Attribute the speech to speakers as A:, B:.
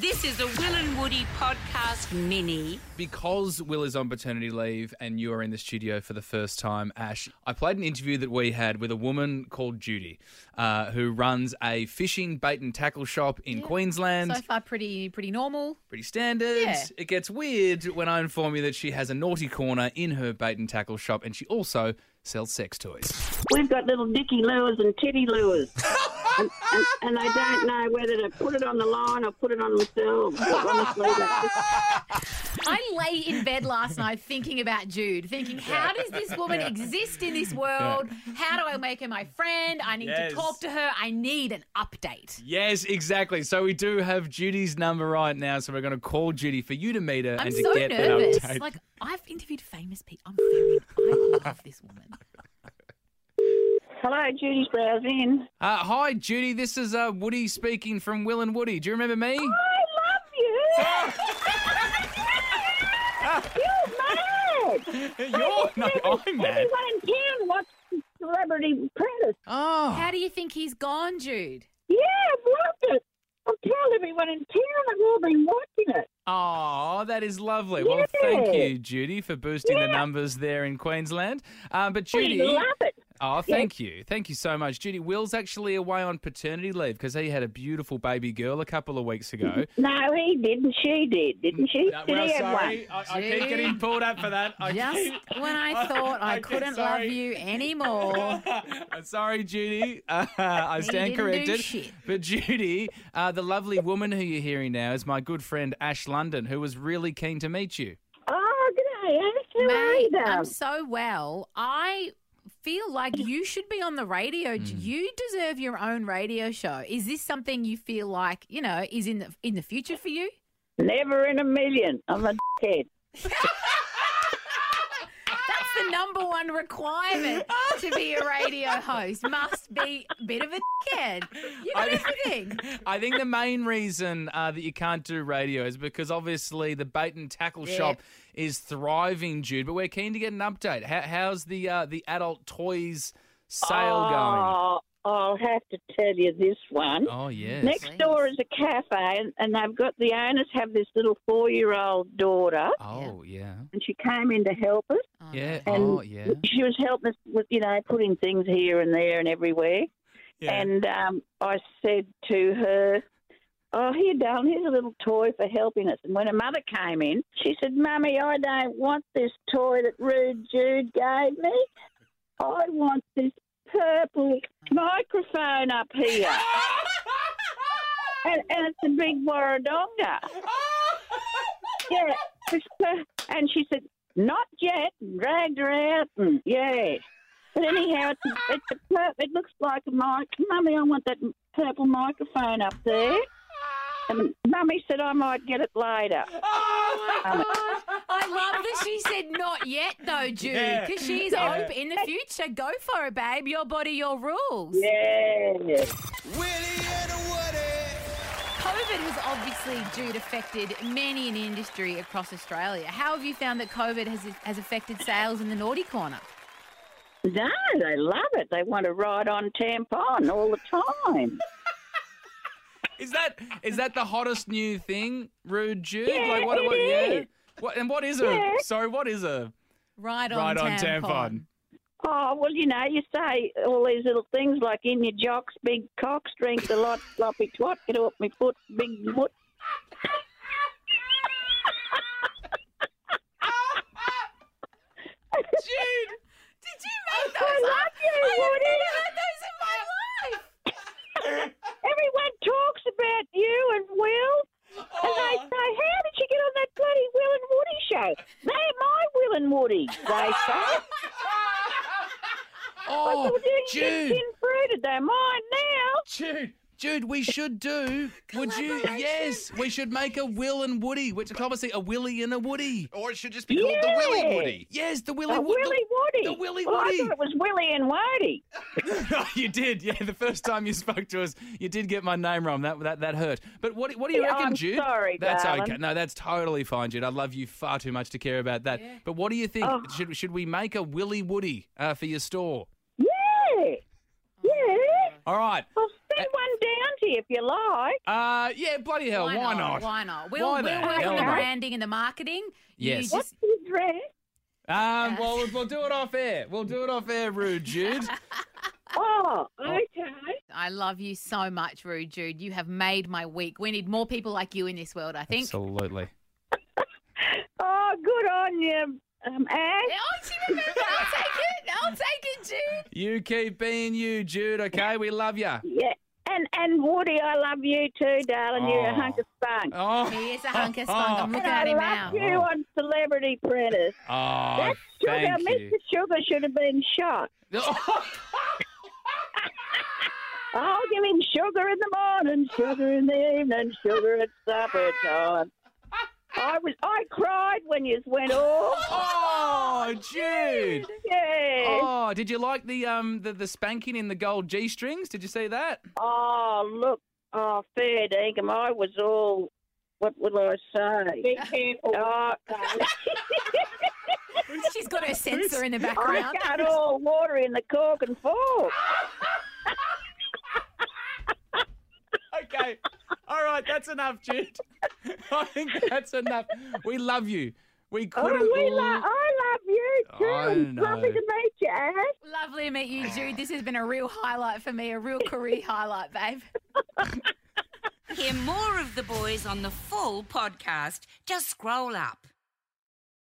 A: This is a Will and Woody podcast mini.
B: Because Will is on paternity leave and you are in the studio for the first time, Ash, I played an interview that we had with a woman called Judy, uh, who runs a fishing bait and tackle shop in Queensland.
C: So far, pretty pretty normal.
B: Pretty standard.
C: Yeah.
B: It gets weird when I inform you that she has a naughty corner in her bait and tackle shop and she also sells sex toys.
D: We've got little dicky lures and titty lures. And, and, and they don't know whether to put it on the line or put it on themselves. But honestly, that's just
C: I lay in bed last night thinking about Jude, thinking, how does this woman exist in this world? How do I make her my friend? I need
B: Yes.
C: to talk to her. I need an update.
B: Yes, exactly. So we do have Judy's number right now, so we're going to call Judy for you to meet her
C: I'm
B: and to
C: so
B: get
C: nervous.
B: that update.
C: Like I've interviewed famous people. I'm very I love this woman.
D: Hello, Judy's Brows Inn.
B: Uh, hi, Judy. This is uh, Woody speaking from Will and Woody. Do you remember me?
D: I love you. You're mad.
B: You're no, I'm mad.
D: Everyone in town wants Celebrity Apprentice.
B: Oh,
C: How do you think he's gone, Jude?
D: Yeah, I've loved it. I'll tell everyone in town I've all been watching it.
B: oh, that is lovely. Well, thank
D: Yeah.
B: you, Judy, for boosting the numbers there in Queensland. Um, but Judy,
D: We love it.
B: oh, thank you, thank you so much, Judy. Will's actually away on paternity leave because he had a beautiful baby girl a couple of weeks ago.
D: No, he didn't. She did, didn't she?
B: Uh,
D: did
B: well,
D: he have one?
B: sorry, I, I keep getting pulled up for that. I
C: Just
B: keep-
C: when I thought I,
B: I keep-
C: couldn't love
B: sorry.
C: you anymore.
B: I'm sorry, Judy. Uh, I stand
C: didn't do
B: corrected.
C: shit.
B: But Judy, uh, the lovely woman who you're hearing now is my good friend Ash London, who was really keen to meet you.
D: Oh, good day, Ash. How are
C: Mate,
D: you,
C: I'm
D: darling?
C: so well. I feel like you should be on the radio. You deserve your own radio show. Is this something you feel like you know is in the in the future for you?
D: Never in a million. I'm a head.
C: That's the number one requirement to be a radio host. Must be a bit of a head. You
B: I-
C: got everything.
B: I think the main reason uh, that you can't do radio is because obviously the bait and tackle
C: Yeah.
B: shop is thriving, Jude. But we're keen to get an update. How, how's the uh, the adult toys sale going?
D: Oh, I'll have to tell you this one.
B: Oh yes.
D: Next
C: please.
D: door is a cafe, and, and they've got the owners have this little four-year-old daughter,
B: Oh yeah.
D: and she came in to help us.
C: Oh,
B: Yeah.
C: no.
D: And
B: Oh yeah.
D: She was helping us with, you know, putting things here and there and everywhere. And um, I said to her, Oh, here, darling, here's a little toy for helping us. And when her mother came in, she said, Mummy, I don't want this toy that Rude Jude gave me. I want this purple microphone up here. and, and it's a big Warradonga. yeah. And she said, Not yet. And dragged her out. And yeah. But anyhow, it's a, it's a pur- it looks like a mic. Mummy, I want that purple microphone up there. And Mummy said I might get it later.
C: Oh my God. I love that she said not yet though, Jude, because she's open in the future. Go for it, babe. Your body, your rules.
D: Yeah.
C: COVID has obviously, Jude, affected many an industry across Australia. How have you found that COVID has, has affected sales in the naughty corner?
D: No, they love it. They want to ride on tampon all the time.
B: Is that is that the hottest new thing, Rude Jude?
D: Yeah,
B: like what?
D: it
B: what yeah.
D: is.
B: What, and what is
D: Yeah.
B: a sorry? What is a
C: Right on,
B: right on
C: tampon.
B: tampon?
D: Oh, well, you know, you say all these little things like in your jocks, big cock, strength a lot, floppy twat, get off me foot, big foot.
C: Did you make those up? I have never heard those in my life.
D: Everyone talks about you and Will. And they
C: Oh.
D: say, how did you get on that bloody Will and Woody show? They're my Will and Woody, they say.
B: Oh,
D: well, there you get
B: Jude,
D: thin fruited. They're mine now.
B: Jude, Jude, we should do. would you? Yes, we should make a Will and Woody, which is obviously a Willy and a Woody.
E: Or it should just be called the Willy
D: Yeah.
E: Woody.
B: Yes, the Willy
D: The
B: Wo-
D: Oh. Willy Woody.
B: The Willy
D: Well, I
B: Woody.
D: thought it was Willy and Woody.
B: Oh, you did, yeah. The first time you spoke to us, you did get my name wrong. That that, that hurt. But what what do you
D: Yeah,
B: reckon,
D: I'm
B: Jude?
D: sorry,
B: that's
D: darling.
B: okay. No, that's totally fine, Jude. I love you far too much to care about that. But what do you think?
D: Oh.
B: Should should we make a Willy Woody uh, for your store?
D: Yeah. Yeah.
B: All right.
D: I'll send one down to brandy if you like.
B: Uh, yeah, bloody hell, why, not?
C: Why not? We'll,
B: Why the
C: we'll work
B: hell
C: on the
D: not?
C: branding and the marketing. You
B: Yes.
D: What's
C: just-
D: his dress?
B: Um, well, we'll- we'll do it off air. We'll do it off air, rude Jude. Uh,
D: Oh, okay.
C: I love you so much, Rude Jude. You have made my week. We need more people like you in this world, I think.
B: Absolutely.
D: Oh, good on you, um, Ash.
C: Yeah, oh, she remembered. I'll take it. I'll take it, Jude.
B: You keep being you, Jude. Okay, we love you.
D: Yeah. And and Woody, I love you too, darling. You're
B: Oh.
D: a hunk of spunk.
B: Oh,
C: He is a hunk of skunk.
B: Ah.
C: I'm
D: And
C: looking
D: I
C: at him
D: love
C: now.
D: you
B: Wow.
D: on Celebrity Apprentice.
B: oh,
D: Sugar,
B: thank
D: Mr.
B: you.
D: Sugar should have been shot. I'll give him sugar in the morning, sugar in the evening, sugar at supper time. I was I cried when you went off.
B: oh, Jude.
D: Yeah.
B: Oh, did you like the um the, the spanking in the gold G strings? Did you see that?
D: Oh look, oh fair dinkum, I was all. What will I say? Be careful. Oh,
C: She's got her sensor in the
D: I
C: background.
D: got all water in the cork and fork.
B: Okay. All right, that's enough, Jude. I think that's enough. We love you. We
D: Oh,
B: couldn't.
D: we lo- I love you too.
B: I know.
D: Lovely to meet you, Ash.
C: Lovely to meet you, Jude. This has been a real highlight for me, a real career highlight, babe.
A: Hear more of the boys on the full podcast. Just scroll up.